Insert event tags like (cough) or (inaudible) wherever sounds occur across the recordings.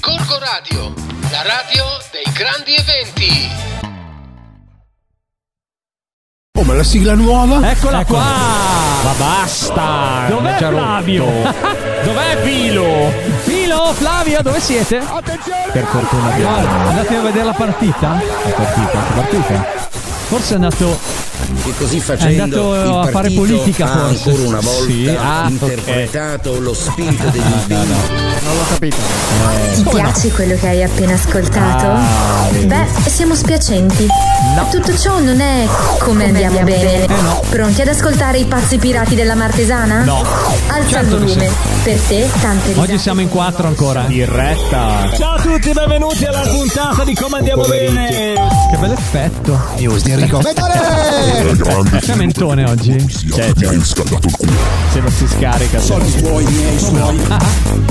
Gorgo Radio, la radio dei grandi eventi. Oh, ma la sigla nuova? Eccola Eccola. qua! Ma basta! Dov'è Già Flavio? rotto. (laughs) Dov'è Pilo? Filo, Flavio, dove siete? Per fortuna abbiamo Guarda, andate a vedere la partita? la partita, la partita. Forse è andato E così facendo È andato il a fare partito politica, ha forse. ancora una volta Sì, ah, interpretato lo spirito degli sbirri. Ti piace quello che hai appena ascoltato? Beh, siamo spiacenti. Tutto ciò non è come, andiamo, bene. Pronti ad ascoltare i pazzi pirati della Martesana? No. Alza Certo il che volume. Per te, tante risate. Oggi siamo in quattro ancora. Diretta. Esatto. Ciao a tutti, benvenuti alla puntata di Come Andiamo Bene. Che bell'effetto. News di Enrico Vettore! C'è mentone oggi. Cioè, cioè, se non si scarica. Soldi Ah,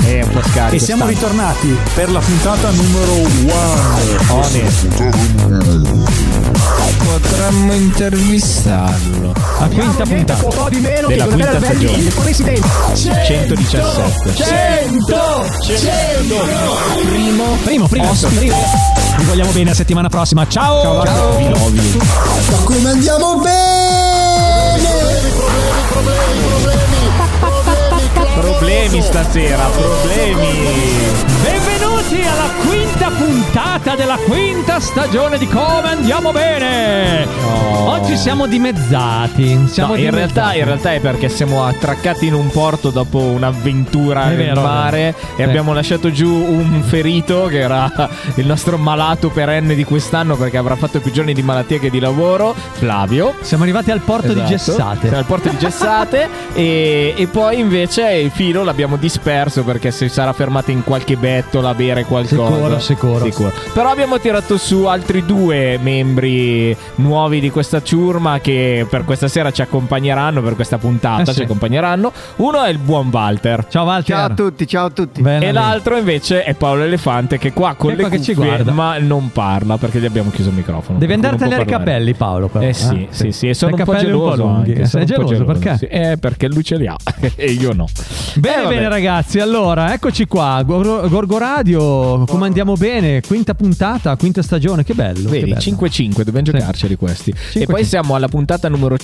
È un po' scarico. E siamo ritornati per la puntata numero 1. onesti. Potremmo intervistarlo. A quinta puntata. po' di meno Della dovrebbe quinta aver stagione. vinto il presidente. 117. 100! 100! Primo. Primo, primo. primo. Vi vogliamo bene, a settimana prossima. Ciao! Ciao. Vi lovi. Come andiamo bene! Problemi stasera, problemi. Benvenuti alla quinta puntata della quinta stagione di Come Andiamo Bene! Oggi siamo dimezzati. Siamo No, dimezzati. in, realtà, in realtà è perché siamo attraccati in un porto dopo un'avventura È nel vero. mare e Sì. abbiamo lasciato giù un ferito che era il nostro malato perenne di quest'anno perché avrà fatto più giorni di malattia che di lavoro, Flavio. siamo arrivati al porto di Esatto. Gessate. Siamo al porto di Gessate e, e poi invece il filo l'abbiamo disperso perché si sarà fermato in qualche bettola a bere qualcosa. Sicuro, sicuro. Però abbiamo tirato su altri due membri nuovi di questa ciurma che per questa sera ci accompagneranno, per questa puntata Eh sì. ci accompagneranno. Uno è il buon Walter. Ciao Walter. Ciao a tutti, ciao a tutti. Bella E lì. l'altro invece è Paolo Elefante che qua con Eh, Ecco le che ci cuffie, guarda. ma non parla perché gli abbiamo chiuso il microfono. Devi Quindi non andartene può ai parlare. capelli, Paolo. Però, Eh sì, sì, sì, e sono Hai un po' capelli geloso. lunghi. eh? anche, sono Sei un po' geloso, perché? sì. Eh, perché lui ce li ha (laughs) e io no. Eh, Bene, vabbè. bene ragazzi, allora eccoci qua, Gor- Gorgo Radio, come andiamo bene, quinta puntata, quinta stagione, che bello. che Vedi, bello. 5-5, dobbiamo Sì. giocarceli questi. E 5-5. poi siamo alla puntata numero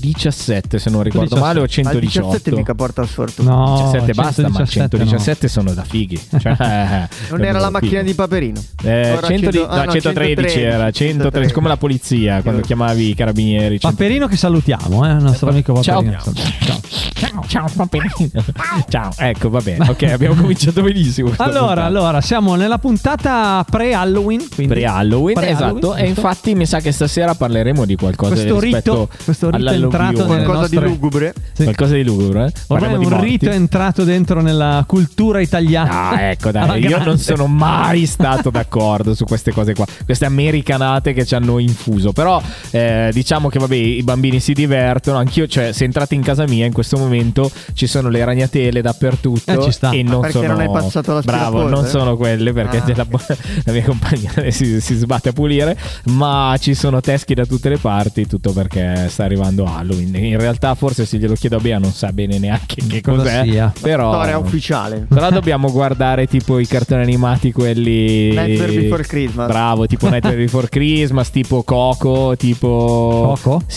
117, se non ricordo male, o Ma il 17 118. mica porta al sorto. No, 17 basta, 117 ma no. 117 sono (laughs) da fighi. Cioè, Non era la macchina di Paperino. Eh, Ora 100 di- cento- ah, no, no, 113 era 113, come la polizia quando chiamavi i carabinieri. Paperino che salutiamo, eh, il nostro amico Ciao. Paperino. Ciao. Ciao, ciao, Paperino. Ciao, ecco, va bene. Ok, abbiamo cominciato benissimo. questa Allora, puntata. allora, siamo nella puntata pre-Halloween. quindi- Pre-Halloween, Pre-Halloween, esatto. E giusto? infatti mi sa che stasera parleremo di qualcosa Questo rispetto rito- questo rito è all'alluvione. entrato nel- Qualcosa di nostre- lugubre. Sì. Qualcosa di lugubre. Eh? Ormai Parliamo di un morti. rito è entrato dentro nella cultura italiana. Ah, (laughs) ecco, Alla dai, io grande. non sono mai stato d'accordo su queste cose qua, queste americanate che ci hanno infuso. Però eh, diciamo che vabbè, i bambini si divertono, anch'io, cioè, se entrate in casa mia in questo momento ci sono le ragnatele dappertutto Eh, ci sta. e non Perché sono non hai passato l'aspirapolvere? Bravo, non sono quelle perché Ah, c'è la, (laughs) la mia compagna si, si sbatte a pulire, ma ci sono teschi da tutte le parti, tutto perché sta arrivando Halloween. In realtà forse se glielo chiedo a Bea non sa bene neanche che Cosa cos'è, sia. però Storia ufficiale. (laughs) però dobbiamo guardare tipo i cartoni animati, quelli. Nightmare Before Christmas. Bravo, (laughs) tipo Nightmare Before Christmas, tipo Coco, tipo. Coco? Sì.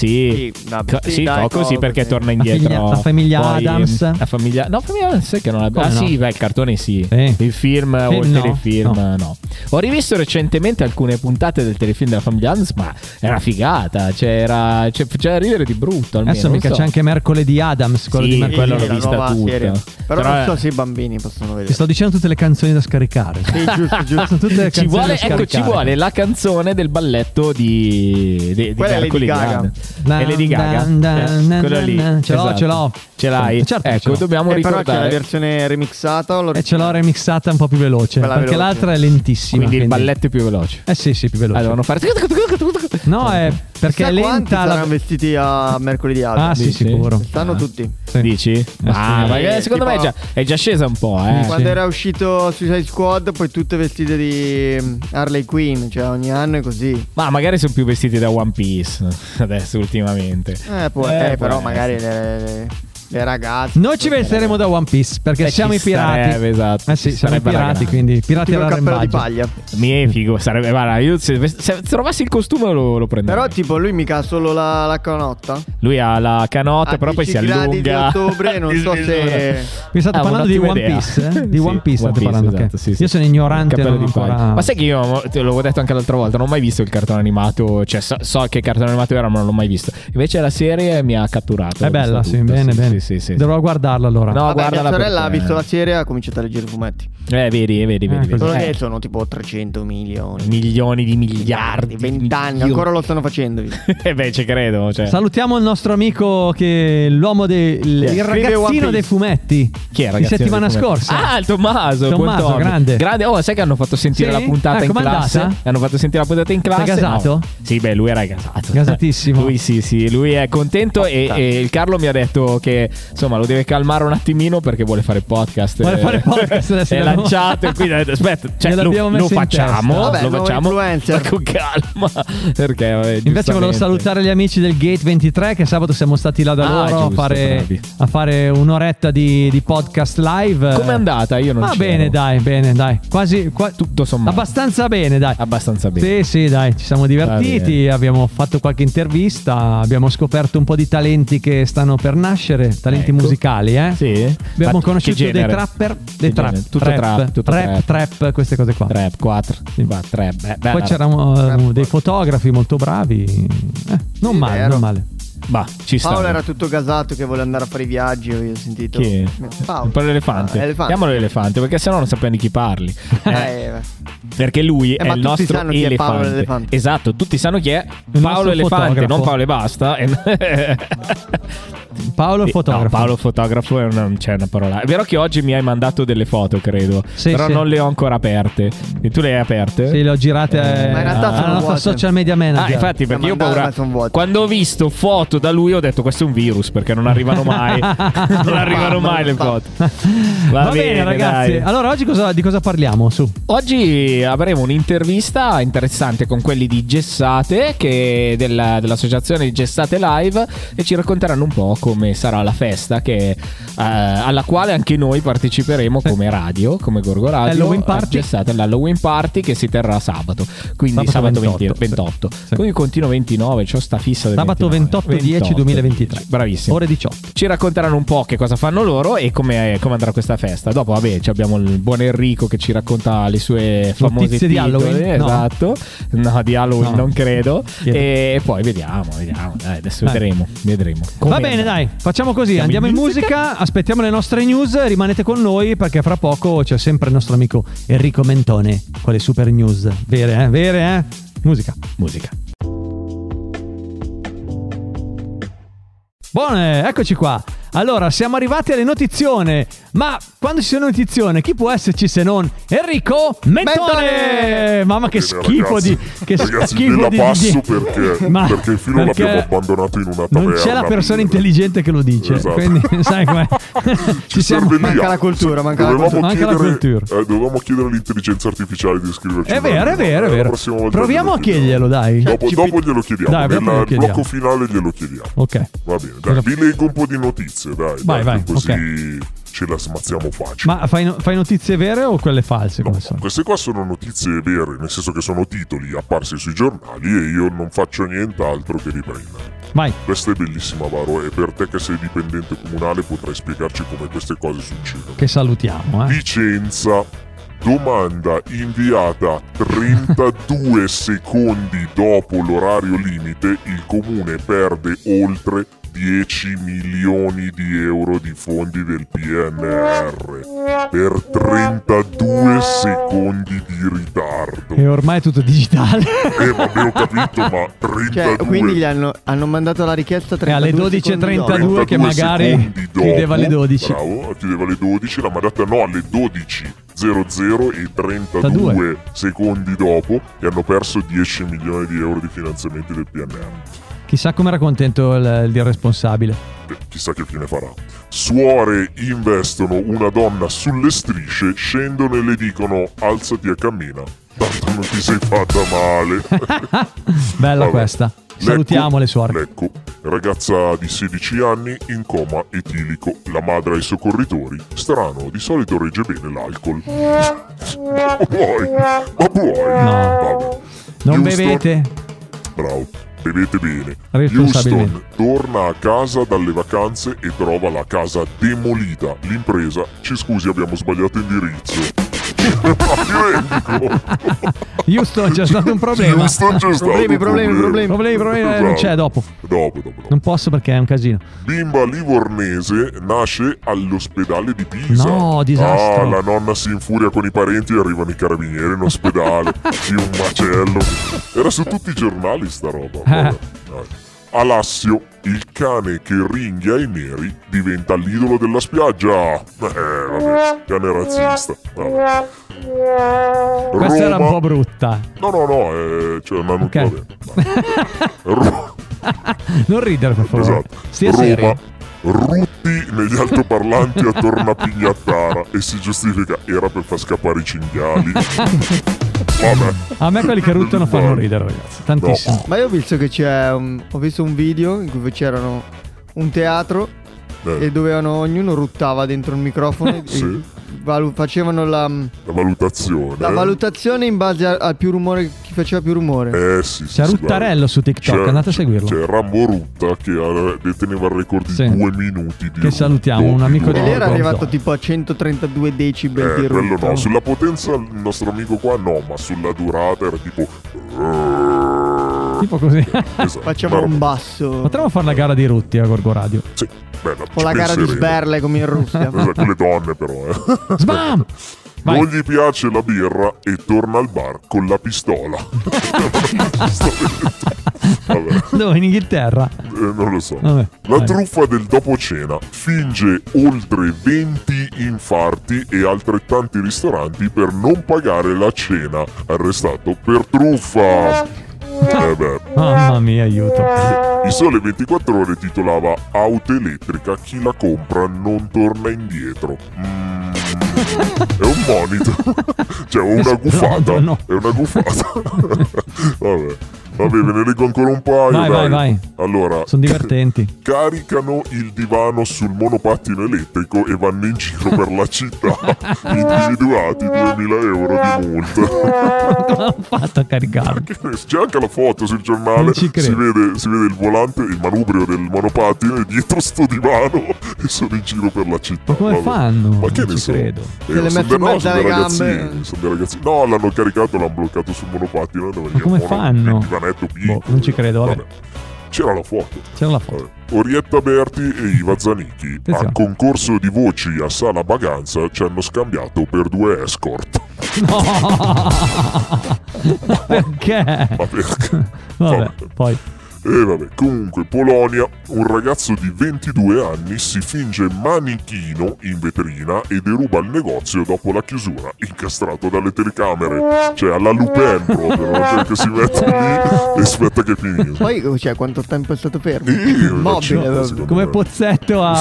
Sì, vabbè, Co- sì, sì, dai, Coco, sì, Coco, perché sì. torna famiglia- indietro. la famiglia Poi, Adams. La famiglia. No, famiglia Adams è che non l'abbiamo. Ah, Come no? sì, beh, il cartone sì. Sì. Il film o il Film no. telefilm, No. no. Ho rivisto recentemente alcune puntate del telefilm della famiglia Adams, ma è una figata. Cioè, era. Cioè, faceva ridere di brutto almeno. Adesso non mica so. c'è anche mercoledì Adams, quello Sì, di Sì, mercoledì. quello l'ho la vista nuova tutta. serie. Però, Però non so è- se i bambini possono vedere. Ti sto dicendo tutte le canzoni da scaricare. Sì, (laughs) giusto, giusto. Sono tutte le ci canzoni vuole, da ecco, ci scaricare. vuole la canzone del balletto di, di, di Quella è Lady Mercoledì Gaga. Grande. Na, È Lady Gaga. na, na, Eh, na, quello na, lì. Esatto. na. Ce l'ho, ce l'ho. Ce l'hai? Certo che ce ecco, l'ho. dobbiamo Eh, però c'è la ricordare. versione remixata o E Eh, ce l'ho remixata un po' più veloce. Quella perché veloce. l'altra è lentissima. Quindi quindi- il balletto è più veloce. Eh sì, sì, più veloce. Allora, devono fare. No, è perché è lenta saranno la... vestiti a mercoledì alto. Ah, sì, Dici? sicuro. Stanno tutti. Sì. Dici? Ah, sì. ma eh, Eh, secondo me è tipo- già, è già scesa un po', eh. Quando sì. era uscito Suicide Squad, poi tutte vestite di mm, Harley Quinn, cioè ogni anno è così. Ma magari sono più vestiti da One Piece (laughs) adesso ultimamente. Eh, può- Eh, eh, può però essere. magari le- le- Le ragazze. Noi ci vesteremo da One Piece perché Eh, siamo ci i pirati. sarebbe, esatto. Eh sì, Ci siamo i sarebbe la pirati, grande. quindi pirati Tipo il alla cappello di rembaggia. paglia. Mi è figo, sarebbe. Guarda, io se, se trovassi il costume lo, lo prenderei. Però tipo lui mica ha solo la, la canotta. Lui ha la canotta, A però poi si 10 gradi di allunga. ottobre, non (laughs) so se- Mi state Ah, parlando di un'ottima One idea. Piece? (laughs) eh? Di Sì, One Piece state parlando. ok. esatto, sì, sì. Io sono ignorante. Cappello non ho di ancora... paglia. Ma sai che io te l'avevo detto anche l'altra volta, non ho mai visto il cartone animato, cioè so, so che cartone animato era, ma non l'ho mai visto. Invece la serie mi ha catturato. È Ho bella, visto sì, tutto, bene, sì, bene. Sì, sì, sì. Dovrò guardarla allora. No, Vabbè, guarda mia sorella ha visto la serie e ha cominciato a leggere i fumetti. Eh, vedi, eh, vedi, vedi. così. vedi. Solo Eh. che sono tipo 300 milioni. Milioni di miliardi. Vent'anni, ancora lo stanno facendo. (laughs) Eh beh, ci credo. Cioè. Salutiamo il nostro amico che l'uomo del il Scrive One ragazzino Piece. dei fumetti. Chi è, Di ragazzi? settimana Come- scorsa. Ah, il Tommaso. buon Tommaso, Tommy. grande. Oh, sai che hanno fatto sentire Sì? la puntata Ah, in com'è classe? andata? Hanno fatto sentire la puntata in classe. gasato? No. Sì, beh, lui era gasato. Gasatissimo. Lui sì, sì, lui è contento e, e il Carlo mi ha detto che insomma lo deve calmare un attimino perché vuole fare podcast. Vuole Eh, fare podcast adesso, (laughs) è l'abbiamo- lanciato e quindi ha detto aspetta, cioè, Gliel'abbiamo lo, messo in lo facciamo, testa. Vabbè, lo nuovo facciamo influencer. ma (laughs) con calma perché vabbè, Invece volevo giustamente. salutare gli amici del Gate 23 che sabato siamo stati là da Ah, loro giusto, a, fare, bravi. a fare un'oretta di, di podcast live. Com'è andata? Io non Ma c'ero. bene, dai, bene, dai. Quasi qua- Tutto sommato. abbastanza bene, dai. Abbastanza bene. eh. Sì, sì, dai, ci siamo Va divertiti, bene. abbiamo fatto qualche intervista, abbiamo scoperto un po' di talenti che stanno per nascere, talenti Ecco. musicali, eh? Sì. Abbiamo Ma che conosciuto dei genere? trapper, dei Che trap, genere? Tutto rap, trap, tutto rap, trap. trap, queste cose qua. 3, 4, Sì. 3. Beh, bella Poi roba. c'erano eh, dei fotografi molto bravi, eh, non Sì, male, vero. non male. Bah, ci sta. Paolo era tutto gasato che vuole andare a fare i viaggi. Io ho sentito. Chi è? Paolo. Un po' l'elefante. Ah, elefante. Chiamalo l'elefante perché sennò non sappiamo di chi (laughs) parli. Eh, Eh, eh. perché lui è il ma tutti nostro sanno chi è elefante. Paolo l'elefante. Esatto, tutti sanno chi è nostro Paolo Elefante, fotografo. non Paolo e basta. E- Paolo (laughs) No, fotografo. Paolo fotografo è una, c'è una parola. È vero che oggi mi hai mandato delle foto, credo. Sì, però sì. non le ho ancora aperte. E tu le hai aperte? Sì, le ho girate Eh, eh, Ma in realtà alla sono nostra vuote. social media Ah, manager. infatti, perché io ho mandare, ma paura. sono vuote. Quando ho visto foto da lui, ho detto: Questo è un virus perché non (laughs) arrivano mai. non arrivano mai le foto. Va, Va, bene, ragazzi. dai. Allora, oggi cosa- di cosa parliamo? Su. Oggi avremo un'intervista interessante con quelli di Gessate, che della- dell'associazione di Gessate Live, e ci racconteranno un po' come sarà la festa che, eh, alla quale anche noi parteciperemo come radio, come Gorgo Radio. Halloween a party. Gessate, l'Halloween Party che si terrà sabato, quindi Sabato sabato, 28, 28. sì. Sì. Poi continuo 29, c'ho sta fissa del Sabato 29. 28 10 2023. Bravissimo Ore 18. ci racconteranno un po' che cosa fanno loro e come, come andrà questa festa. Dopo, vabbè, ci abbiamo il buon Enrico che ci racconta le sue famose Notizie di titoli, Halloween? No. Esatto, no, di Halloween No. non credo. Chiedo. E poi vediamo, vediamo. Dai, adesso Dai. vedremo. vedremo. Va Come bene, andrà. dai, facciamo così. Siamo Andiamo in in musica, aspettiamo le nostre news. Rimanete con noi perché fra poco c'è sempre il nostro amico Enrico Mentone con le super news. Vere, eh? Vere, eh? Musica. Musica. Buone, eccoci qua. Allora, siamo arrivati alle notizione. Ma quando ci sono notizione, chi può esserci se non Enrico Mentone? Mentone! Mamma che Bene, schifo ragazzi. di che Ragazzi, schifo ve la di passo di- (laughs) perché, Ma- perché il filo perché l'abbiamo abbandonato in una taverna. Non c'è la persona per- intelligente che lo dice, Esatto. quindi sai (laughs) com'è. (laughs) Ci siamo serve Manca via. la cultura, manca la Dovevamo cultura. Manca la chiedere- cultura. eh, dovevamo chiedere all'intelligenza artificiale di scriverci. È una vero, è lettera. vero, è La vero. prossima volta Proviamo a glielo chiediamo. chiederglielo, dai. Dopo, dopo glielo chiediamo, Dai, dopo nel glielo chiediamo. blocco finale glielo chiediamo. Ok. Va bene, dai, vi leggo un po' di notizie, dai. Vai, dai, vai, così ok. ce la smazziamo facile. Ma fai, no- fai notizie vere o quelle false? come sono? Queste qua sono notizie vere, nel senso che sono titoli apparsi sui giornali e io non faccio nient'altro che riprenderli. Vai. Questa è bellissima, Varo, e per te che sei dipendente comunale potrai spiegarci come queste cose succedono. Che salutiamo, eh. Vicenza, domanda inviata (laughs) 32 secondi dopo l'orario limite, il comune perde oltre 10 milioni di euro di fondi del PNR per 32 secondi di ritardo. E ormai è tutto digitale. (laughs) Eh, vabbè, ho capito, ma 32 Cioè, quindi gli hanno, hanno mandato la richiesta E 32 alle secondi dopo. 12.32 che magari secondi dopo, chiudeva alle 12. Bravo, chiudeva alle 12, la mandata no alle 12.00 e 32. 32 secondi dopo e hanno perso 10 milioni di euro di finanziamenti del PNR. Chissà com'era contento il, il responsabile. Beh, Chissà che fine farà. Suore investono una donna sulle strisce, scendono e le dicono alzati e cammina. Tanto non ti sei fatta male. Bella (laughs) Vabbè. questa. Salutiamo Lecco- le suore. Lecco. Ragazza di 16 anni in coma etilico. La madre ai soccorritori. Strano, di solito regge bene l'alcol. Vuoi? Ma vuoi? Vabbè. Non Houston- bevete. Bravo, bevete bene. Responsabilmente. Houston torna a casa dalle vacanze e trova la casa demolita. L'impresa, ci scusi, abbiamo (laughs) sbagliato indirizzo. Houston, c'è stato un (laughs) problema. Houston, c'è stato Problemi, un problemi, problema. Problemi, problemi. problemi, Esatto. eh, Non c'è dopo. Dopo, dopo. Non posso perché è un casino. Bimba livornese nasce all'ospedale di Pisa. No, disastro. Ah, la nonna si infuria con i parenti e arrivano i carabinieri (laughs) in ospedale. sì, un macello. Era su tutti i giornali sta roba. Eh. vabbè. Dai. Alassio, il cane che ringhia i neri, diventa l'idolo della spiaggia. Eh, vabbè, cane razzista. Vabbè. Questa era un Roma- po' brutta. No, no, no, eh, cioè, ma non Ok. va bene. (laughs) Non ridere, per favore. Esatto. Stia Roma, serio. rutti negli altoparlanti attorno a Pignattara e si giustifica era per far scappare (laughs) i cinghiali. Vabbè. A me quelli che ruttano fanno ridere, ragazzi. Tantissimo. Ma io ho visto che c'è un, ho visto un video in cui c'erano un teatro Eh. e dovevano ognuno ruttava dentro un microfono e Sì. valu- facevano la, La valutazione. eh? la valutazione in base a- al più rumore chi faceva più rumore. Eh sì, sì, C'è sì, Ruttarello su TikTok, C'è- andate a seguirlo. guarda. C'è Rambo Rutta che ha- deteneva il record di Sì. due minuti di Che rutto, salutiamo, un di amico di E lei era Gonzo. arrivato tipo a 132 decibel Eh, di quello rutto. no, sulla potenza il nostro amico qua no, ma sulla durata era tipo... Tipo così. (laughs) Esatto, Facciamo una un roba- basso. Potremmo fare la gara di Rutti a Gorgo Radio. Sì, bella, O la gara di sberle come in Russia. (laughs) Esatto, con le donne però, eh. Sbam! Vai. Non gli piace la birra e torna al bar con (laughs) la pistola. Vabbè, Dove? In Inghilterra. eh, non lo so. Vabbè, La vai. truffa del dopo cena finge oltre 20 infarti e altrettanti ristoranti per non pagare la cena. Arrestato per truffa. Eh beh. Mamma mia, aiuto. Il Sole 24 Ore titolava Auto elettrica, chi la compra non torna indietro. Mm, è un (laughs) monitor, cioè una No, gufata. Esatto, no. È (laughs) una gufata. Vabbè. Vabbè, ve ne leggo ancora un paio. Vai, vai, dai. vai. Allora, Sono divertenti. (laughs) caricano il divano sul monopattino elettrico e vanno in giro per (laughs) la città, individuati 2000 euro di multa. Come hanno fatto a caricarlo? C'è anche la foto sul Non giornale. ci Si credo. vede, si vede il volante, il manubrio del monopattino e dietro sto divano (laughs) e sono in giro per la città. Ma come Vabbè. fanno? Ma che Non ne ci so? credo. Eh, le sono mette dei- in no, mezzo sono alle dei gambe. ragazzini, sono dei ragazzini. No, l'hanno caricato, l'hanno bloccato sul monopattino. dove gli come ammono fanno? Il divanetto piccolo. Boh, non ci credo, vabbè. C'era la foto. C'era la foto. Vabbè. Orietta Berti e Iva Zanicchi Attenzione. a concorso di voci a Sala Baganza ci hanno scambiato per due escort. No! Perché? Ma perché? Eh. (laughs) Vabbè, poi. E vabbè, comunque, Polonia, un ragazzo di 22 anni si finge manichino in vetrina e deruba il negozio dopo la chiusura, incastrato dalle telecamere. Cioè, alla Lupin proprio, no? Cioè, che si mette lì e aspetta che finisca. Poi, cioè, quanto tempo è stato fermo? Sì, Mobile, una vabbè. secondo Come me. pozzetto a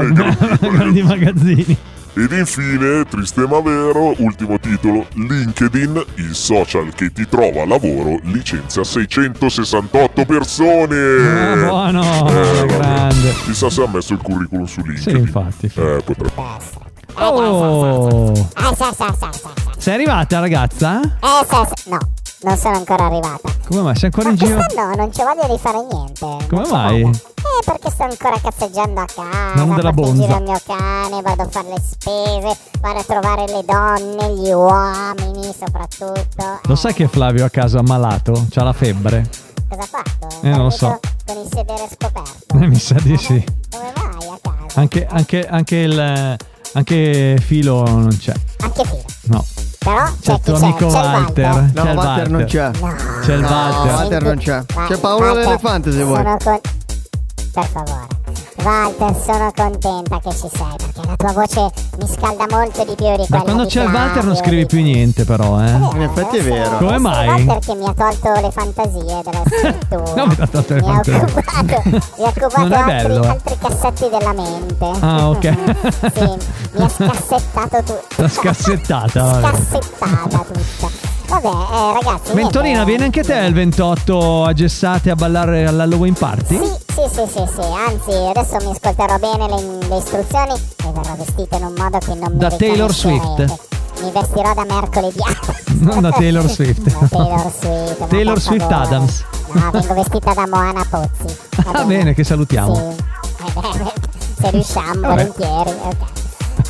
Sì, grandi (laughs) grandi magazzini. Ed infine, triste ma vero, ultimo titolo, LinkedIn, il social che ti trova lavoro, licenzia 668 Ah, persone. buono, Eh, grande. Chissà se ha messo il curriculum su Sì, LinkedIn. infatti. Eh, potrebbe. Oh! Ah, Sei arrivata, ragazza? Eh, sa- sa- no, non sono ancora arrivata. Come mai? Sei ancora in giro? Quest'anno non ci voglio rifare niente. Come mai? Eh, perché sto ancora cazzeggiando a casa, Non della porto in bonza. giro il mio cane, vado a fare le spese, vado a trovare le donne, gli uomini soprattutto. Lo Eh, sai che Flavio a casa è ammalato? C'ha la febbre? Cosa ha fatto? Eh, non lo Dormito so. Con il sedere scoperto. Eh, mi sa di sì. Come vai a casa? Anche, anche, anche il. Anche Filo non c'è. Anche filo. No. Però c'è, C'è il chi tuo c'è? amico C'è il Walter. No, C'è il Walter non c'è. No, C'è il Cioè, Walter. Walter non c'è. Va- C'è Paolo Walter, l'elefante, se vuoi. sono con- Per favore. Walter, sono contenta che ci sei perché la tua voce mi scalda molto di più di quella Da quando di c'è il Walter non Flavio, scrivi di- più niente, però, eh. Vero, In effetti è adesso- vero. Come adesso mai? è Walter che mi ha tolto le fantasie della scrittura. (laughs) No, mi ha tolto le Mi ha fantasie. occupato, mi ha occupato (laughs) Non è altri, bello, eh. altri cassetti della mente. Ah, ok. (laughs) sì, mi ha scassettato tutto. (laughs) L'ha scassettata, vabbè. Scassettata tutta. Vabbè, eh, ragazzi. niente. Mentolina, vieni anche te il 28 a Gessate a ballare all'Halloween Party? Sì, sì, sì, sì, sì, anzi, adesso mi ascolterò bene le, le istruzioni e verrò vestita in un modo che non mi Da Taylor riconoscerete. Swift. Mi vestirò da mercoledì. (laughs) Non da (laughs) Taylor (laughs) Swift. Taylor Swift. ma Taylor per Swift favore. Adams. No, vengo vestita da Moana (laughs) Pozzi. Va bene, che salutiamo. (laughs) Se riusciamo, Vabbè. volentieri. ok.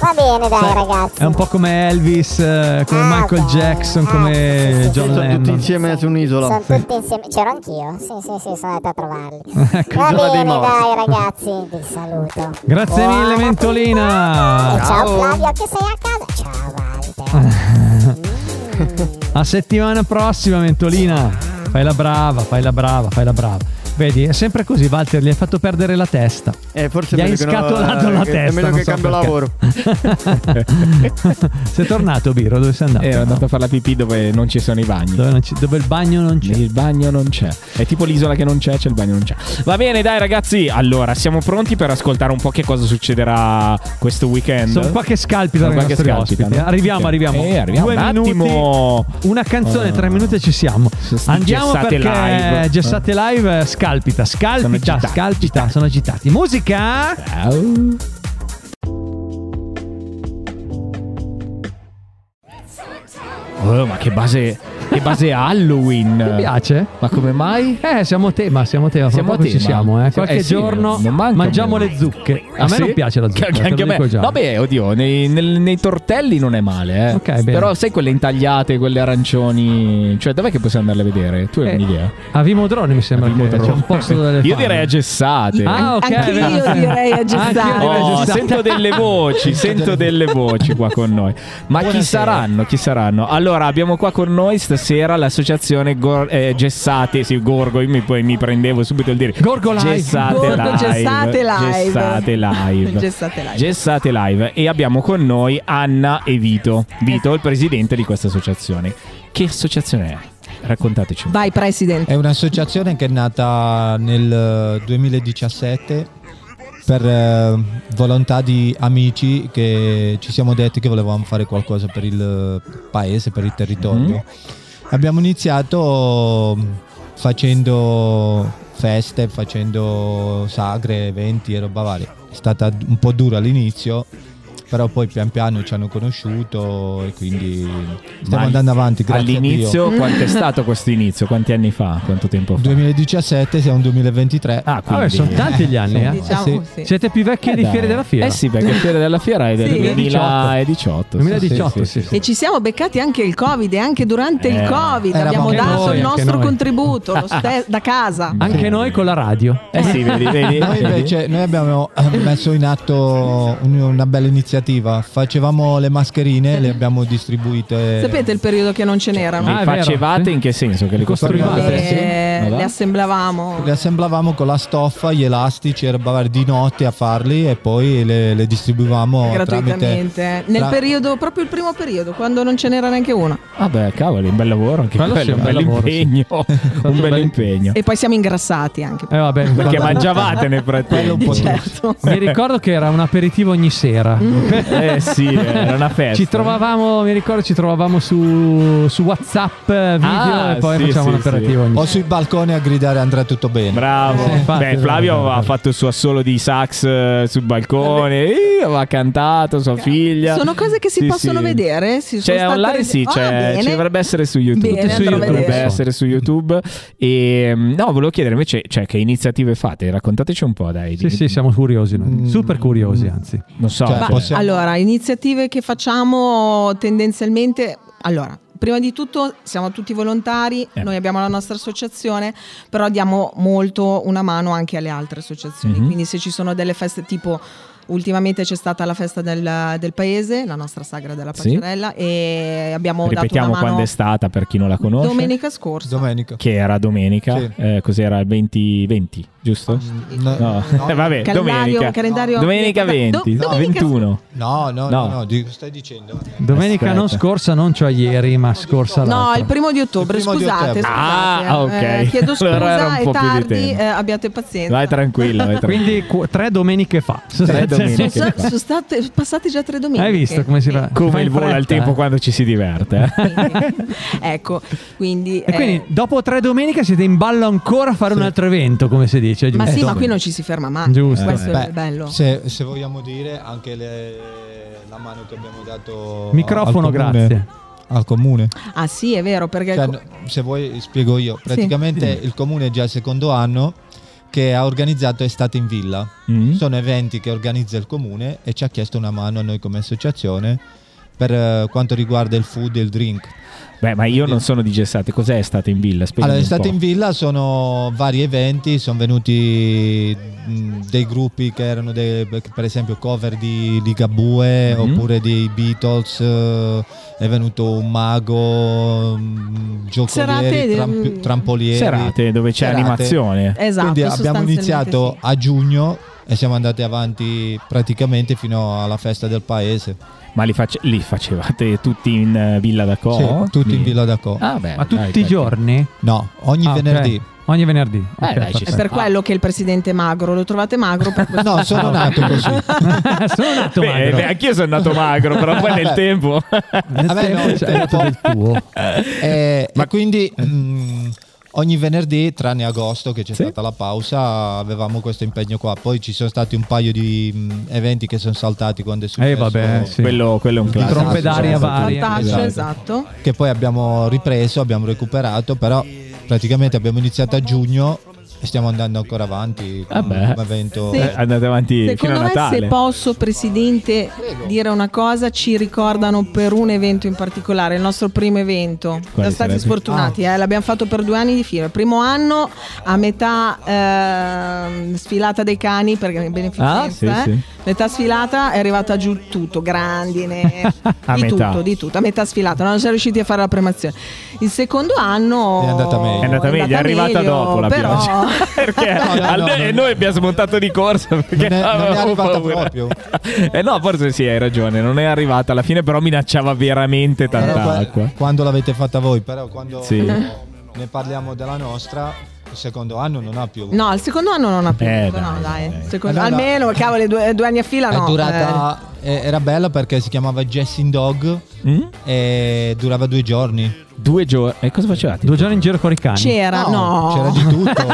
Va bene, dai, ragazzi. È un po' come Elvis, eh, come Michael Jackson, come John Sono tutti Lennon. insieme su un'isola. Sono tutti insieme. C'ero anch'io. Sì, sì, sì, sono andata a trovarli. (laughs) Ecco, Va il giorno dei bene, morti. dai, ragazzi. Vi saluto. Grazie mille, Mentolina. E ciao Flavio, che sei a casa? Ciao Walter. A settimana prossima, Mentolina. Fai la brava, fai la brava, fai la brava. Vedi, è sempre così, Walter, gli hai fatto perdere la testa. Eh, forse gli è hai meglio che non- scatolato la eh, che- è testa. meglio non che so cambio perché. lavoro. (laughs) sei tornato, Biro? Dove sei andato? Ero Eh, andato a fare la pipì dove non ci sono i bagni. Dove, non ci- dove il bagno non c'è. Il bagno non c'è. È tipo l'isola che non c'è, c'è il bagno non c'è. Va bene, dai ragazzi. Allora, siamo pronti per ascoltare un po' che cosa succederà questo weekend. Sono qua che scalpitano Sono i qua che nostri scalpitano. ospiti. Arriviamo, Sì. arriviamo. Eh, arriviamo. Due Un minuti, attimo. una canzone, Ah. tre minuti e ci siamo. Sì, Andiamo Gessate perché Live. Gessate Live eh, scalpita, scalpita, Sono agitati, Eh. scalpita, sono agitati. Musica! Ciao. Oh, ma che base, che base Halloween! Mi piace? Ma come mai? Eh, siamo a tema, siamo a tema, Siamo siamo a ci tema. siamo, eh. Qualche Eh sì, giorno non manca mangiamo molto. le zucche. A Ah, me sì? non piace la Che zucca. te Anche lo a me. dico già. Vabbè, oddio, nei, nel- nei tortelli non è male, eh. Ok, bene. Però sai quelle intagliate, quelle arancioni. Cioè, dov'è che possiamo andarle a vedere? Tu hai Eh, un'idea? A Vimodrone mi sembra che c'è un posto delle Io fame. direi a gessate. Ah, ok. Anch'io bene. direi a gestare. Anch'io direi a Oh, gestare. sento delle voci, sento delle voci qua con noi. Ma chi saranno? Chi saranno? Allora, abbiamo qua con noi stasera l'associazione Gor- eh, Gessate, sì, Gorgo, io mi, poi mi prendevo subito il dire. Gorgo Live. Gessate Gorgo live. Gessate Live. Gessate live. (laughs) Gessate Live. Gessate live. E abbiamo con noi Anna e Vito. Vito, il presidente di questa associazione. Che associazione è? Raccontateci un po'. Vai, President. È un'associazione che è nata nel eh, 2017 per eh, volontà di amici che ci siamo detti che volevamo fare qualcosa per il eh, paese, per il territorio. Mhm. Abbiamo iniziato mm, facendo feste, facendo sagre, eventi e roba varia. È stata d- un po' dura all'inizio, però poi pian piano ci hanno conosciuto e quindi stiamo Ma andando avanti. Grazie a Dio. All'inizio, quanto è stato questo inizio? Quanti anni fa? Quanto tempo fa? 2017, siamo 2023. Ah, quindi- Vabbè, sono tanti gli anni, eh. Diciamo sì. sì. Siete più vecchi Eh, di dai. Fiere della Fiera. Eh sì, perché Fiere della Fiera è del Sì. 2018. 2018, sì, E ci siamo beccati anche il Covid e anche durante Eh. il Covid Eravamo abbiamo anche dato noi, anche il nostro noi. contributo (laughs) lo ste- da casa. Anche noi con la radio. Eh sì, vedi, vedi. Noi invece noi abbiamo eh, messo in atto un- una bella iniziativa. Facevamo le mascherine, le abbiamo distribuite. Sapete il periodo che non ce n'erano? Ah, Le è vero, facevate sì. in che senso? Che le Costruivate. costruivate? sì. Eh, Ma va? le assemblavamo. Le assemblavamo con la stoffa, gli elastici, era bavare di notte a farli e poi le, le distribuivamo gratuitamente tramite- nel tra- periodo proprio il primo periodo quando non ce n'era neanche una Vabbè, cavoli, un bel lavoro anche Quello quello, sì, un bel lavoro, sì. impegno. un bel bel- impegno. e poi siamo ingrassati anche Eh, vabbè, Perché guarda, mangiavate nel Quello un frattempo. po' di- certo Mi ricordo che era un aperitivo ogni sera. Mm. Eh sì, era una festa. Ci trovavamo, mi ricordo, ci trovavamo su, su WhatsApp eh, video Ah, e poi sì, facciamo sì, un aperitivo. ogni O sui balconi a gridare andrà tutto bene. Bravo. Sì, Eh, infatti, eh. Beh, bravo, Flavio bravo, aveva bravo. fatto il suo assolo di sax eh, sul balcone, eh, aveva cantato sua figlia. Eh, sono cose che si Sì, possono sì. vedere si sono C'è state online, resi- sì, Ah, c'è, bene. ci dovrebbe essere su YouTube. Bene, andrò a dovrebbe vedere. essere su YouTube. E mm, no, volevo chiedere invece, cioè, che iniziative fate? Raccontateci un po', dai. Sì, di- sì, siamo curiosi noi. Mm. Super curiosi, anzi. Non so. Cioè, cioè, possiamo- allora iniziative che facciamo tendenzialmente allora Prima di tutto siamo tutti volontari, Eh. noi abbiamo la nostra associazione, però diamo molto una mano anche alle altre associazioni, Mhm. quindi se ci sono delle feste tipo ultimamente c'è stata la festa del, del paese, la nostra sagra della Sì. pacerella e abbiamo dato Ripetiamo una mano quando è stata per chi non la conosce. domenica scorsa. Domenica. Che era domenica, Sì. Mm, eh, eh, cos'era il 20, 20, giusto? No, (laughs) No, no. vabbè, Calendario- domenica. calendario- Domenica Do- 20, domenica- 21. No, no, no, No. no, di- stai dicendo. Domenica Aspetta. non scorsa, non cioè ieri, ma scorsa No, l'altra. il primo di ottobre, Il primo di scusate, ottobre. scusate. Ah, ok. Eh, chiedo scusa, (laughs) Allora era un è po' più di tardi, tempo. eh, abbiate pazienza. Vai tranquilla, vai tranquilla. Quindi qu- tre domeniche fa. Tre Sono, domeniche. sta- sono state passate già tre domeniche. Hai visto come si fa? Come il volo al eh. tempo quando ci si diverte. (laughs) eh. Ecco, quindi... E eh, quindi dopo tre domeniche siete in ballo ancora a fare un altro evento, come si dice. ma giusto? sì, ma qui non ci si ferma mai. Giusto. Questo è Beh, il bello. Se, se vogliamo dire anche le- la mano che abbiamo dato Microfono, al comune- grazie. al comune. Ah sì, è vero, perché... Cioè, no, se vuoi spiego io, praticamente Sì. il comune è già il secondo anno che ha organizzato Estate in Villa. Mm? Sono eventi che organizza il comune e ci ha chiesto una mano a noi come associazione per eh, quanto riguarda il food e il drink. Beh, ma io non sono di Gessate. Cos'è estate in villa? Spiegami Allora, un estate po'. in villa sono vari eventi, sono venuti mh, dei gruppi che erano dei- per esempio cover di Ligabue Mhm. oppure dei Beatles, eh, è venuto un mago, mh, Serate, giocolieri, ehm, tramp- trampolieri. Serate dove c'è animazione. Esatto, Quindi abbiamo sostanzialmente iniziato a giugno e siamo andati avanti praticamente fino alla festa del paese. Ma li, face- li facevate tutti in eh, Villa d'Acco? Sì, tutti in Villa d'Acco. Ah, beh, Ma dai, tutti i dai. giorni? No, Eh, ogni Ah, ok. venerdì. Ogni Eh, venerdì. ok, dai, ci È per quello che il presidente è magro, lo trovate magro per questo. No, sono nato così. sono nato Beh, magro. beh, anch'io sono nato magro, però poi nel tempo. Eh, Vabbè, no, Cioè, hai tempo- detto del tuo. (laughs) Eh, e quindi mm, ogni venerdì, tranne agosto che c'è stata la pausa, avevamo questo impegno qua. Poi ci sono stati un paio di mm, eventi che sono saltati quando è successo. Eh, vabbè, sì. (laughs) quello, quello è un Di classico. trompe d'aria Esatto. varie. Tasce, Esatto. esatto. Che poi abbiamo ripreso, abbiamo recuperato, però praticamente abbiamo iniziato a giugno e stiamo andando ancora avanti. con Vabbè. un evento. Sì. Eh, Andate avanti Secondo fino a me, Natale. se posso, Presidente, dire una cosa, ci ricordano per un evento in particolare, il nostro primo evento. Siamo stati sarebbe? Ah. sfortunati, eh, l'abbiamo fatto per due anni di fila. Il primo anno a metà ehm, sfilata dei cani, perché è beneficenza, Ah, sì, eh. sì. metà sfilata è arrivata giù tutto, (laughs) grandine, A di metà. tutto, di tutto, a metà sfilata, non siamo riusciti a fare la premazione. Il secondo anno È andata meglio. È andata meglio, è arrivata meglio, dopo la però... pioggia. (laughs) (laughs) perché No, no, al- no, e no. noi abbiamo smontato di corsa perché Non è- non è avevamo arrivata paura. proprio. Eh no, forse sì, hai ragione, non è arrivata alla fine, però minacciava veramente Però tanta qua- acqua. quando l'avete fatta voi, però quando Eh, Sì. ne parliamo della nostra, il secondo anno non ha più. No, il secondo anno non ha più. Eh, no, dai. Secondo- Allora- almeno, cavolo, due, due anni a fila Ah, no. È durata. eh, Era bella perché si chiamava Jessing Dog Mm? e durava due giorni. Due giorni. E cosa facevate? Due giorni in giro con i Eh, cani. C'era, no. C'era di (laughs) tutto.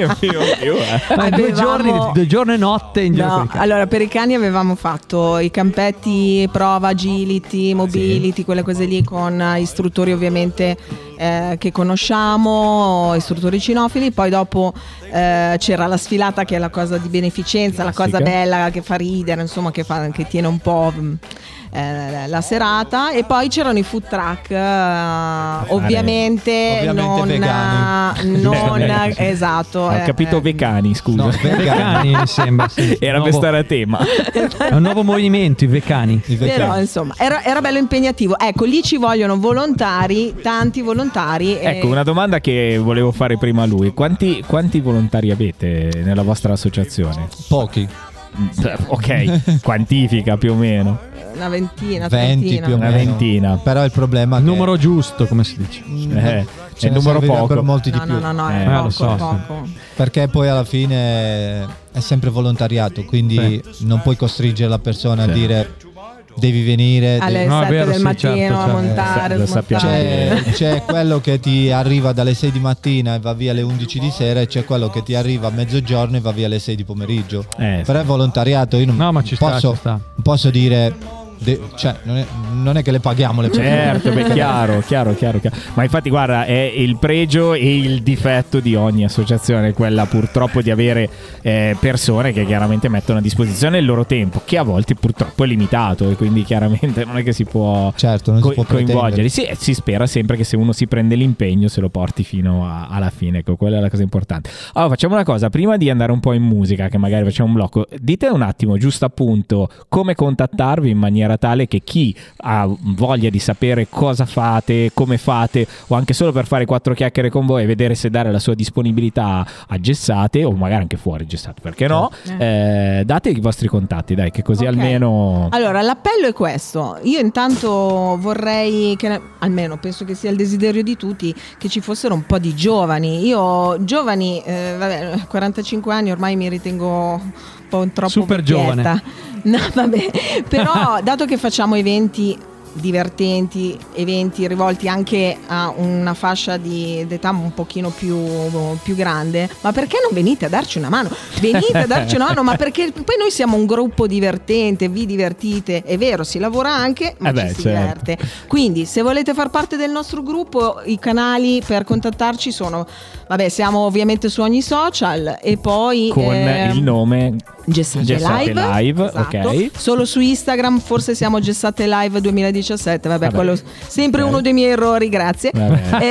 Io- io- io, Ah, eh. Ma due, Avevamo- giorni, due giorni e notte in giro No, con i cani. allora per i cani avevamo fatto i campetti prova, agility, mobility, quelle cose lì con eh, istruttori ovviamente eh, che conosciamo, istruttori cinofili, poi dopo eh, c'era la sfilata che è la cosa di beneficenza, la cosa Classica. bella che fa ridere, insomma che, fa- che tiene un po'... mh, eh, la serata e poi c'erano i food truck eh, Ah, ovviamente, Ovviamente Eh, non, Eh, vegani. non (laughs) Giustamente, sì. esatto Ho eh, capito eh. vecani, scusa. No, I cani mi sembra. Sì. (laughs) Era per Nuovo- stare a tema. È un nuovo movimento, i vecani. I vecchi- Però insomma era, era bello impegnativo. Ecco, lì ci vogliono volontari, tanti volontari. e- Ecco, una domanda che volevo fare prima a lui. Quanti, quanti volontari avete nella vostra associazione? Pochi, Ok, quantifica più o meno. una ventina, 20 trentina. più o Una meno. ventina. Però il problema è Il che numero giusto, come si dice. mm, Eh, ce è ne numero servirebbero poco. molti No, di più. no, no, no, è Eh, poco, lo so, sì. poco. Perché poi alla fine è sempre volontariato, quindi non puoi costringere la persona Sì. a dire devi venire. Alle devi-". No, è 7 vero, del sì, mattino certo, a certo. montare, Lo sappiamo. smontare. C'è, Cioè, c'è quello che ti arriva dalle 6 di mattina e va via alle 11 di sera e c'è quello che ti arriva a mezzogiorno e va via alle 6 di pomeriggio. Eh, Però è volontariato, io non No, ma ci sta, posso, ci sta. non posso dire... de- cioè, non è, non è che le paghiamo le persone. Certo, beh, chiaro, chiaro, chiaro, chiaro. Ma infatti, guarda, è il pregio e il difetto di ogni associazione, quella purtroppo di avere eh, persone che chiaramente mettono a disposizione il loro tempo, che a volte purtroppo è limitato e quindi chiaramente non è che si può, Certo, non si co- può coinvolgere. Sì, eh, si spera sempre che se uno si prende l'impegno se lo porti fino a- alla fine, ecco, quella è la cosa importante. Allora, facciamo una cosa, prima di andare un po' in musica, che magari facciamo un blocco, dite un attimo, giusto appunto, come contattarvi in maniera tale che chi ha voglia di sapere cosa fate, come fate, o anche solo per fare quattro chiacchiere con voi e vedere se dare la sua disponibilità a Gessate, o magari anche fuori Gessate, perché no? Eh, date i vostri contatti, dai, che così Ok. almeno... Allora, l'appello è questo. Io intanto vorrei che, almeno penso che sia il desiderio di tutti, che ci fossero un po' di giovani. Io, giovani, eh, vabbè, 45 anni ormai mi ritengo troppo, troppo Super vecchietta. No, vabbè. Però, dato che facciamo eventi divertenti, eventi rivolti anche a una fascia di, d'età un pochino più, più grande, ma perché non venite a darci una mano? Venite a darci una mano, ma perché poi noi siamo un gruppo divertente, vi divertite, è vero, si lavora anche, ma Eh beh, ci si certo. diverte. Quindi, se volete far parte del nostro gruppo, i canali per contattarci sono, vabbè, siamo ovviamente su ogni social e poi... Con ehm, il nome Gessate Gessate Live, Live, Esatto. ok. Solo su Instagram forse siamo Gessate Live 2017, vabbè, Vabbè. quello sempre uno dei miei errori, grazie. Vabbè.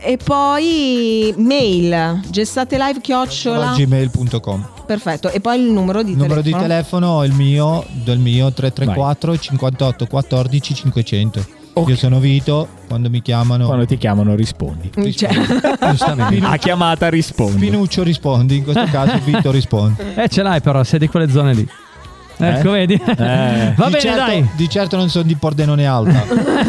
Eh, e poi mail gessate live chiocciola gmail.com perfetto e poi il numero di Il numero di telefono. telefono è il mio, del mio 334 58 14 500. Io sono Vito, quando mi chiamano... Quando ti chiamano rispondi. (laughs) Giustamente. A chiamata rispondi. Pinuccio rispondi, in questo caso Vito risponde. Eh, ce l'hai però, sei di quelle zone lì. Ecco, vedi? (laughs) di Va bene, certo, dai. Di certo non sono di Pordenone Alta.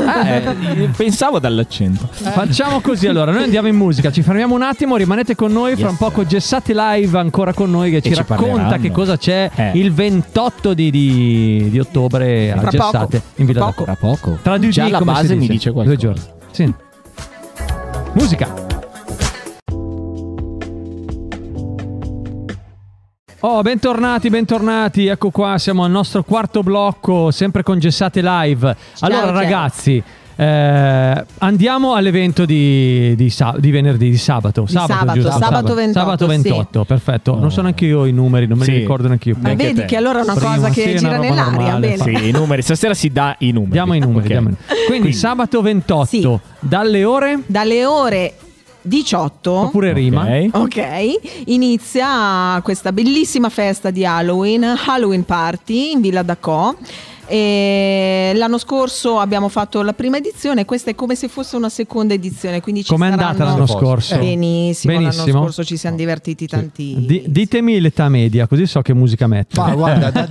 Ah, Eh, pensavo dall'accento. Facciamo così allora, noi andiamo in musica, ci fermiamo un attimo, rimanete con noi, fra un poco Gessati Live ancora con noi che ci, ci racconta parleranno. che cosa c'è Eh. il 28 di, di- di ottobre a Fra poco. Gessate in Villa Fra d'Acqua. poco. Fra poco. Tra due Già giorni, la come si base mi dice Due qualcosa. giorni. Sì. Musica. Oh, bentornati, bentornati. Ecco qua, siamo al nostro quarto blocco, sempre con Gessate Live. allora, ciao. ragazzi, eh, andiamo all'evento di, di sa- di venerdì, di sabato. Di sabato, giusto? sabato 28, Sabato sì. 28, perfetto. Non so neanche io i numeri, non me li Sì. ricordo neanche io. Ma Neanche vedi te. che allora è una Prima cosa che sera, gira roba nell'aria, normale, bene. fa- Sì, i numeri. Stasera si dà i numeri. Diamo i numeri. Ok. diamo i numeri. Quindi, sabato 28, Sì. dalle ore dalle ore 18 oppure rima. Ok, inizia questa bellissima festa di Halloween, Halloween Party in Villa Dacò. E l'anno scorso abbiamo fatto la prima edizione, questa è come se fosse una seconda edizione. Quindi ci Com'è andata saranno- l'anno scorso? Benissimo, l'anno Benissimo. scorso ci siamo divertiti tantissimo. Di- ditemi l'età media, così so che musica metto. Ma guarda, (laughs) da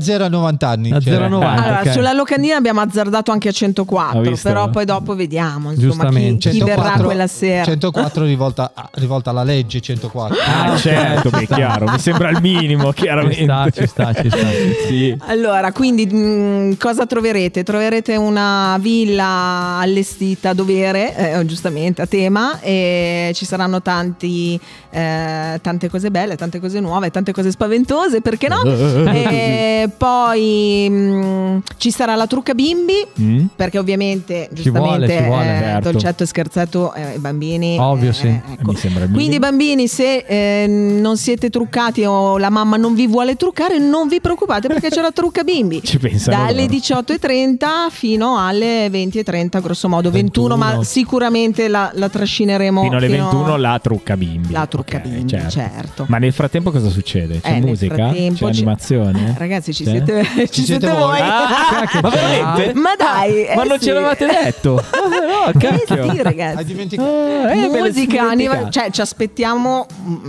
0 a 90 anni. Da cioè. zero a 90. Allora, ok. sulla locandina abbiamo azzardato anche a Ha 104, visto? però poi dopo vediamo insomma, chi, Giustamente. chi verrà 104 quella sera. 104 rivolta, ah, rivolta alla legge 104. Ah, (laughs) certo, beh, chiaro. Mi sembra il minimo, chiaramente. Ci sta, ci sta, ci sta. (laughs) Sì. Allora, quindi mh, cosa troverete? Troverete una villa allestita a dovere, eh, giustamente a tema, e ci saranno tanti, eh, tante cose belle, tante cose nuove, tante cose spaventose, perché no? E poi mh, ci sarà la trucca bimbi, Mm? perché ovviamente, Ci vuole, giustamente, ci vuole, eh, certo. dolcetto e scherzetto, eh, i bambini... Ovvio, eh, sì. ecco. Mi sembra il minimo. Quindi bambini, se eh, non siete truccati o la mamma non vi vuole truccare, non vi preoccupate perché c'è la trucca bimbi. Ci pensano Dalle diciamo loro. 18.30 fino alle 20.30, grosso modo, 21. 21, ma sicuramente la, la trascineremo Fino alle la, 21 la trucca bimbi. trucca Ok, bimbi, certo. certo. Ma nel frattempo cosa succede? C'è Eh, nel musica? frattempo C'è c'è- animazione? Eh, ragazzi, ci C'è? siete, ci siete siete voi. voi. (laughs) Ah, ma veramente? Ma dai, ma eh non sì. ce l'avete detto? (laughs) Ah, no, cacchio. Eh sì, Hai ragazzi. dimenticato? Eh, me le sono Musica, anima- dimenticate. cioè ci aspettiamo mm,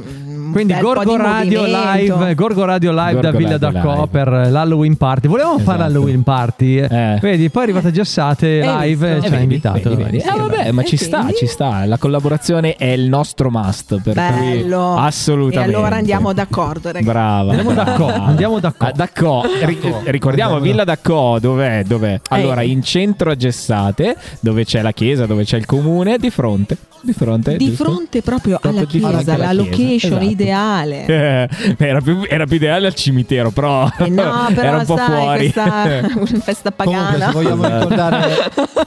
un Quindi bel po' Gorgo di Radio, movimento. live, Gorgo Radio Live da Gorgo Villa Radio d'Acco Live. per l'Halloween Party. Volevamo fare Esatto. l'Halloween Party, Eh. vedi? Poi è arrivata Gessate visto? live e Eh, ci ha vedi, invitato. vedi, vedi. Eh, vabbè, ma Eh, ci sta, quindi? ci sta. La collaborazione è il nostro must. Per cui- Bello. assolutamente. E allora andiamo d'accordo, ragazzi. Brava. Andiamo d'accordo, Brava. andiamo d'accordo. Ah, d'accordo. Ri- D'accordo. ricordiamo Andiamo Villa D'Accò, dov'è? dov'è? Allora, Eh. in centro a Gessate, dove c'è la chiesa, dove c'è il comune, di fronte. Di fronte, di giusto? fronte proprio Proprio alla di fronte chiesa, alla la chiesa, location esatto. ideale. Eh, era, più, era più ideale al cimitero, però, Eh (laughs) no, però era un po' sai, fuori. questa una festa Comunque, pagana. se vogliamo, ricordare,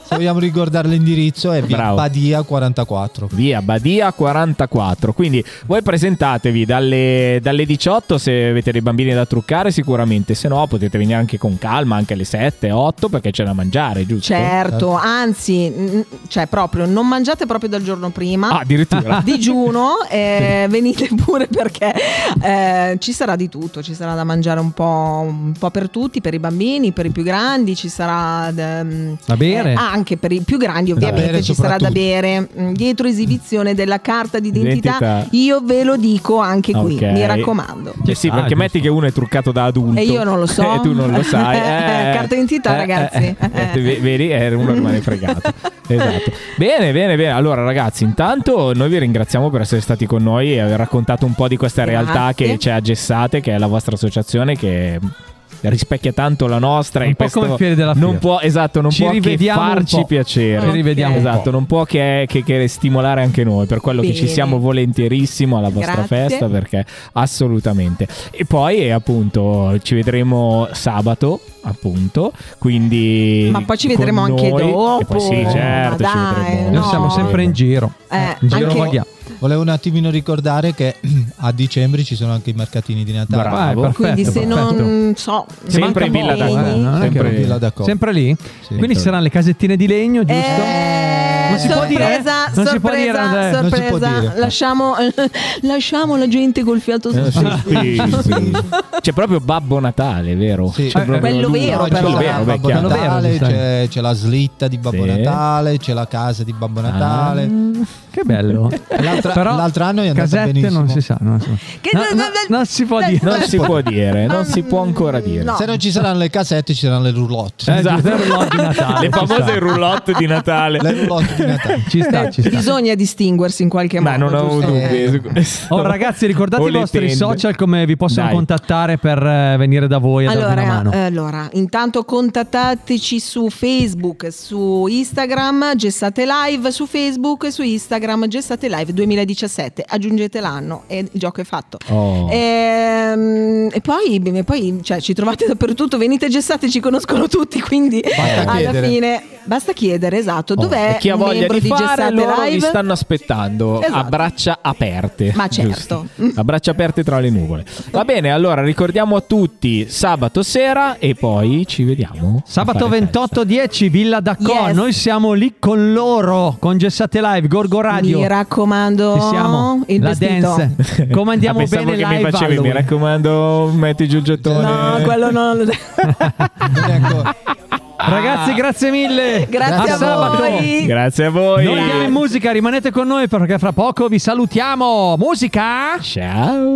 se vogliamo ricordare l'indirizzo è via Bravo. Badia 44. (laughs) Via Badia 44. Quindi voi presentatevi dalle, dalle 18 se avete dei bambini da truccare sicuramente, se no potete venire anche con calma, anche alle 7, 8 perché c'è da mangiare, giusto? Certo, anzi, n- cioè proprio non mangiate proprio dal giorno prima. Ah, (laughs) addirittura. Digiuno, eh, venite (laughs) pure perché eh, ci sarà di tutto, ci sarà da mangiare un po', un po' per tutti, per i bambini, per i più grandi, ci sarà ehm, Da bere. eh, anche per i più grandi bere (laughs) ovviamente, ci sarà da soprattutto. bere. Mm, Dietro esibizione della carta d'identità, Identità. io ve lo dico anche qui, Ok. mi raccomando. Eh sì, Ah, perché giusto. metti che uno è truccato da adulto E io (laughs) non lo so. e tu non lo (laughs) sai. Eh, Carta d'identità, eh, ragazzi. (laughs) eh, eh, vedi, eh, uno rimane fregato. esatto. Bene, bene, bene. Allora, ragazzi, ragazzi, intanto noi vi ringraziamo per essere stati con noi e aver raccontato un po' di questa realtà Grazie. che c'è a Gessate, che è la vostra associazione che rispecchia tanto la nostra Un e po' questo come il Fiere della non Fiera. può esatto non Ci può che rivediamo un farci po'. piacere Ci rivediamo un esatto po'. non può che, che- che stimolare anche noi per quello che ci Bene. siamo volentierissimo alla vostra Grazie. festa perché assolutamente e poi eh, appunto ci vedremo sabato appunto quindi Ma poi ci con vedremo anche noi. dopo. E poi sì certo Ma ci dai, vedremo Noi siamo no. sempre in giro. Eh, In giro anche- vaghiamo. Volevo un attimino ricordare che (clears throat) a dicembre ci sono anche i mercatini di Natale. Bravo. Eh, Quindi se non so, se Sempre in manca Villa poco, d'Acqua, eh, Ah, no? Sempre in Villa d'Acqua. Sempre lì? Quindi certo. ci saranno le casettine di legno, giusto? non si può dire? Eh, eh? Sorpresa, Non si può dire, sorpresa, Andrea? Non si può sorpresa. dire. Lasciamo, (laughs) lasciamo la gente col fiato (laughs) Eh, sì, sì, sospeso. (laughs) sì. C'è proprio Babbo Natale, vero? C'è Eh, proprio quello lui. vero, No, C'è quello la- vero, beh, Babbo chiaro. Natale, c'è, c'è la slitta di Babbo Sì. Natale, c'è la casa di Ah. Babbo Natale. che bello. L'altra- Però l'altro anno è andata casette benissimo. non si sa. Non si, No, no, non si può dire. Non si può dire, non si può ancora dire. Se non ci saranno le casette, ci saranno le Eh, roulotte. Esatto. Le Le famose roulotte di Natale. Le roulotte di (laughs) Natale. Ci sta, Beh, ci sta. Eh, Bisogna distinguersi in qualche Ma modo. non avevo giusto? Eh. dubbi su questo. Oh, ragazzi, ricordate O i le vostri tende. social come vi possono Dai. contattare per eh, venire da voi a darvi una Allora, mano. eh, allora, intanto contattateci su Facebook, su Instagram, Gessate Live, su Facebook e su Instagram, Gessate Live 2017. Aggiungete l'anno e il gioco è fatto. Oh. Ehm, E, poi, e poi, cioè, ci trovate dappertutto, venite gessate, ci conoscono tutti, quindi Basta alla chiedere. fine basta chiedere, esatto, Oh, dov'è e chi ha un voglia membro di fare Gessate loro vi Live? stanno aspettando Esatto. a braccia aperte Ma giusto? certo. a braccia aperte tra le nuvole va bene allora ricordiamo a tutti sabato sera e poi ci vediamo Sabato 28.10 Villa d'Accò, Yes. noi siamo lì con loro, con Gessate Live, Gorgo Radio. Mi raccomando, Ci siamo, il la vestito. (laughs) dance. (laughs) Come andiamo Ah, bene pensavo che live mi facevi mi Halloween. raccomando metti giù il gettone No, quello non lo Ah. Ragazzi, grazie mille. (laughs) Grazie a sabato. voi. grazie a voi Noi andiamo in musica, rimanete con noi perché fra poco vi salutiamo. Musica! Eh Ciao!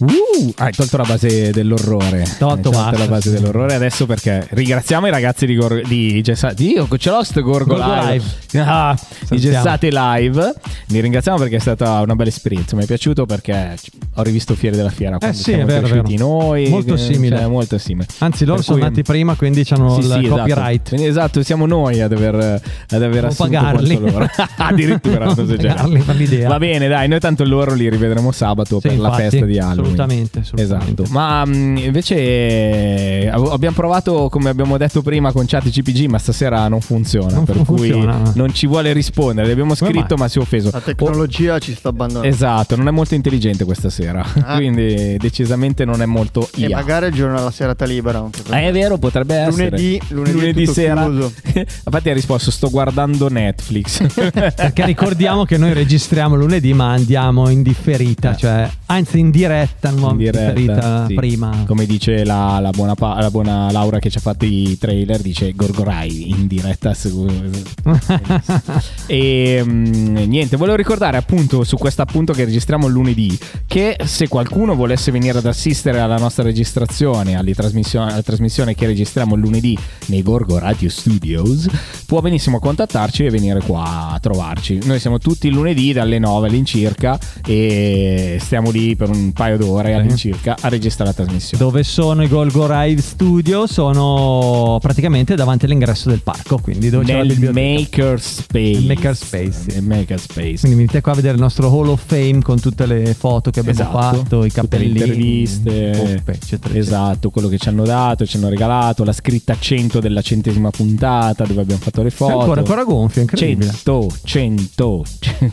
Uh, hai tolto la base dell'orrore. Tolto, Hai basta. la base dell'orrore adesso perché ringraziamo i ragazzi di, Gor- di Gessate. Io ce l'ho sto Gorgo, Gorgo Live. Live. Ah, di Salutiamo. Gessate Live. Li ringraziamo perché è stata una bella esperienza. Mi è piaciuto perché ci- ho rivisto Fiere della Fiera. quando Eh sì, siamo è vero, è cresciuti vero. noi. Molto eh, simile. cioè, molto simile. Anzi, loro Per sono cui- nati prima, quindi hanno sì, il sì, esatto. copyright. Quindi, Esatto. siamo noi ad aver, ad aver Non assunto pagarli. quanto (laughs) loro. (laughs) Addirittura, Non non so se c'era. pagarli, per l'idea. Va bene, dai, noi tanto loro li rivedremo sabato Sì, per infatti, la festa di Halloween. Assolutamente, assolutamente. Esatto. Ma mh, invece eh, av- abbiamo provato, come abbiamo detto prima, con chat CPG, ma stasera non funziona. Non per fu- cui funziona. non ci vuole rispondere. Gli abbiamo Come scritto, mai? ma si è offeso. La tecnologia ci sta abbandonando. Esatto, non è molto intelligente questa sera. Ah. (laughs) Quindi, decisamente non è molto E IA. magari il giorno della serata libera. non potrebbe- Ah, è vero, potrebbe essere. Lunedì- lunedì tutto sera. chiuso. (laughs) Infatti ha risposto, sto guardando Netflix. (laughs) Perché ricordiamo che noi registriamo lunedì, ma andiamo in differita, cioè anzi in diretta, non (laughs) Eh. In in diretta, differita sì. prima. Come dice la, la buona, pa- la buona Laura che ci ha fatto i trailer, dice Gorgorai in diretta. su- e mm, niente, volevo ricordare appunto su questo appunto che registriamo lunedì che se qualcuno volesse venire ad assistere alla nostra registrazione, alle trasmissioni- alla trasmissione che registriamo lunedì nei Gorgo Radio Studios, può benissimo contattarci e venire qua a trovarci. Noi siamo tutti il lunedì dalle 9 all'incirca e stiamo lì per un paio Eh. d'ore all'incirca a registrare la trasmissione. (laughs) Dove sono i Golgo Rive Studio? Sono praticamente davanti all'ingresso del parco, quindi dove c'è la Nel biblioteca. Makerspace. Nel makerspace, sì. Nel Makerspace. Quindi venite qua a vedere il nostro Hall of Fame con tutte le foto che abbiamo Esatto. fatto, i Tutte le cappellini, interviste, le pompe, eccetera, eccetera. Esatto, quello che ci hanno dato, ci hanno regalato, la scritta 100 della centesima puntata dove abbiamo fatto le Sei foto. ancora, ancora gonfio, è incredibile. 100, (laughs) 100,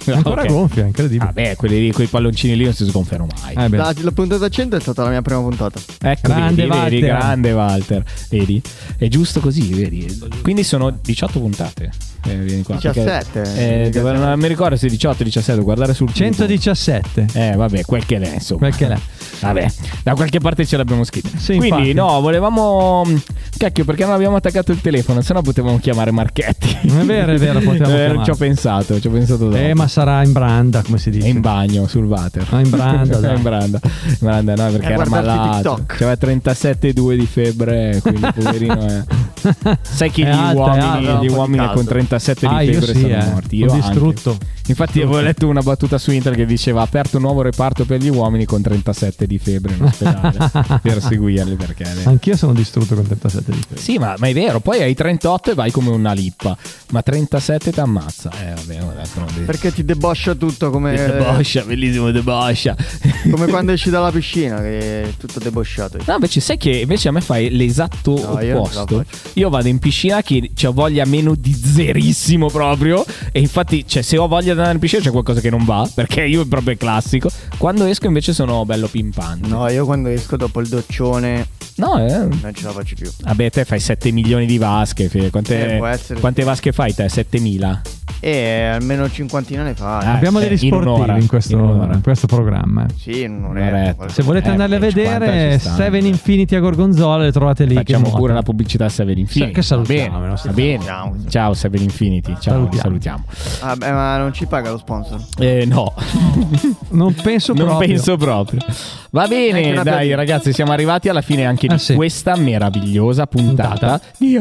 Ancora Ah, Ok. gonfio, è incredibile. Vabbè, quelli lì, quei palloncini lì non si sgonfiano mai. Eh beh. La, la puntata 100 è stata la mia prima puntata. Ecco, Grande vedi, vedi, Walter. grande Walter. Vedi? È giusto così, vedi? Quindi sono 18 puntate. Eh, vieni qua, perché- 17, eh, dove- non mi ricordo se 18 o 17, guardare sul punto. 117. Eh, vabbè, quel che l'è, insomma. Quel che l'è. Vabbè, da qualche parte ce l'abbiamo scritta. Sì, Quindi, infatti. no, volevamo. mm, Cacchio, perché non abbiamo attaccato il telefono? Sennò potevamo chiamare Marchetti. Eh, È vero, è vero, potevamo (laughs) chiamare. Ci ho pensato, ci ho pensato dopo. Eh, ma sarà in branda, come si dice. È in bagno sul water. Ah, in branda, (laughs) È dai. in branda. In branda, no, perché Eh, era guardarsi malato. TikTok. (laughs) C'aveva 37,2 di febbre, quindi poverino. eh. Sai che È gli alta, è uomini, alta, un gli po' di uomini caldo. con 37 di Ah, io febbre sì, stanno eh. morti. Ho Io anche. distrutto. Infatti, avevo letto una battuta su internet che diceva: aperto un nuovo reparto per gli uomini con 37 di febbre in (laughs) ospedale per seguirli perché. le- Anch'io sono distrutto con 37 di febbre. Sì, ma, ma è vero. Poi hai 38 e vai come una lippa, ma 37 ti ammazza. Eh, vabbè, ho detto, non devi- Perché ti deboscia tutto come, Deboscia, bellissimo deboscia. (laughs) come quando esci dalla piscina, che è tutto debosciato. No, invece sai che invece a me fai l'esatto No, io non ce la opposto. Io, vado in piscina che ho voglia meno di zerissimo proprio. E infatti, cioè, se ho voglia di andare in piscina c'è qualcosa che non va, (laughs) perché io proprio è classico. Quando esco invece sono bello pimpante. No, io quando esco dopo il doccione No, eh. non ce la faccio più. Vabbè, te fai 7 milioni di vasche, Fede. Eh, Quante, può essere. quante vasche fai te? 7000. E almeno cinquantina ne fa. eh. Abbiamo degli sportivi in, questo, in questo programma. eh. Sì, in Un'oretta. un'oretta. Se volete Eh, andarle a 50 ci vedere, eh, stanno. Seven Infinity a Gorgonzola le trovate lì. Facciamo che pure nuotano. la pubblicità a Seven Infinity. Che Va salutiamo, bene, il nostro- va bene. Ciao Seven Infinity. Ciao, Salutiamo. salutiamo. Vabbè, ma non ci paga lo sponsor. Eh, no. Non penso non proprio. penso proprio. Va Anche bene, una dai piadina. ragazzi, siamo arrivati alla fine anche di Ah, sì. questa meravigliosa puntata. Di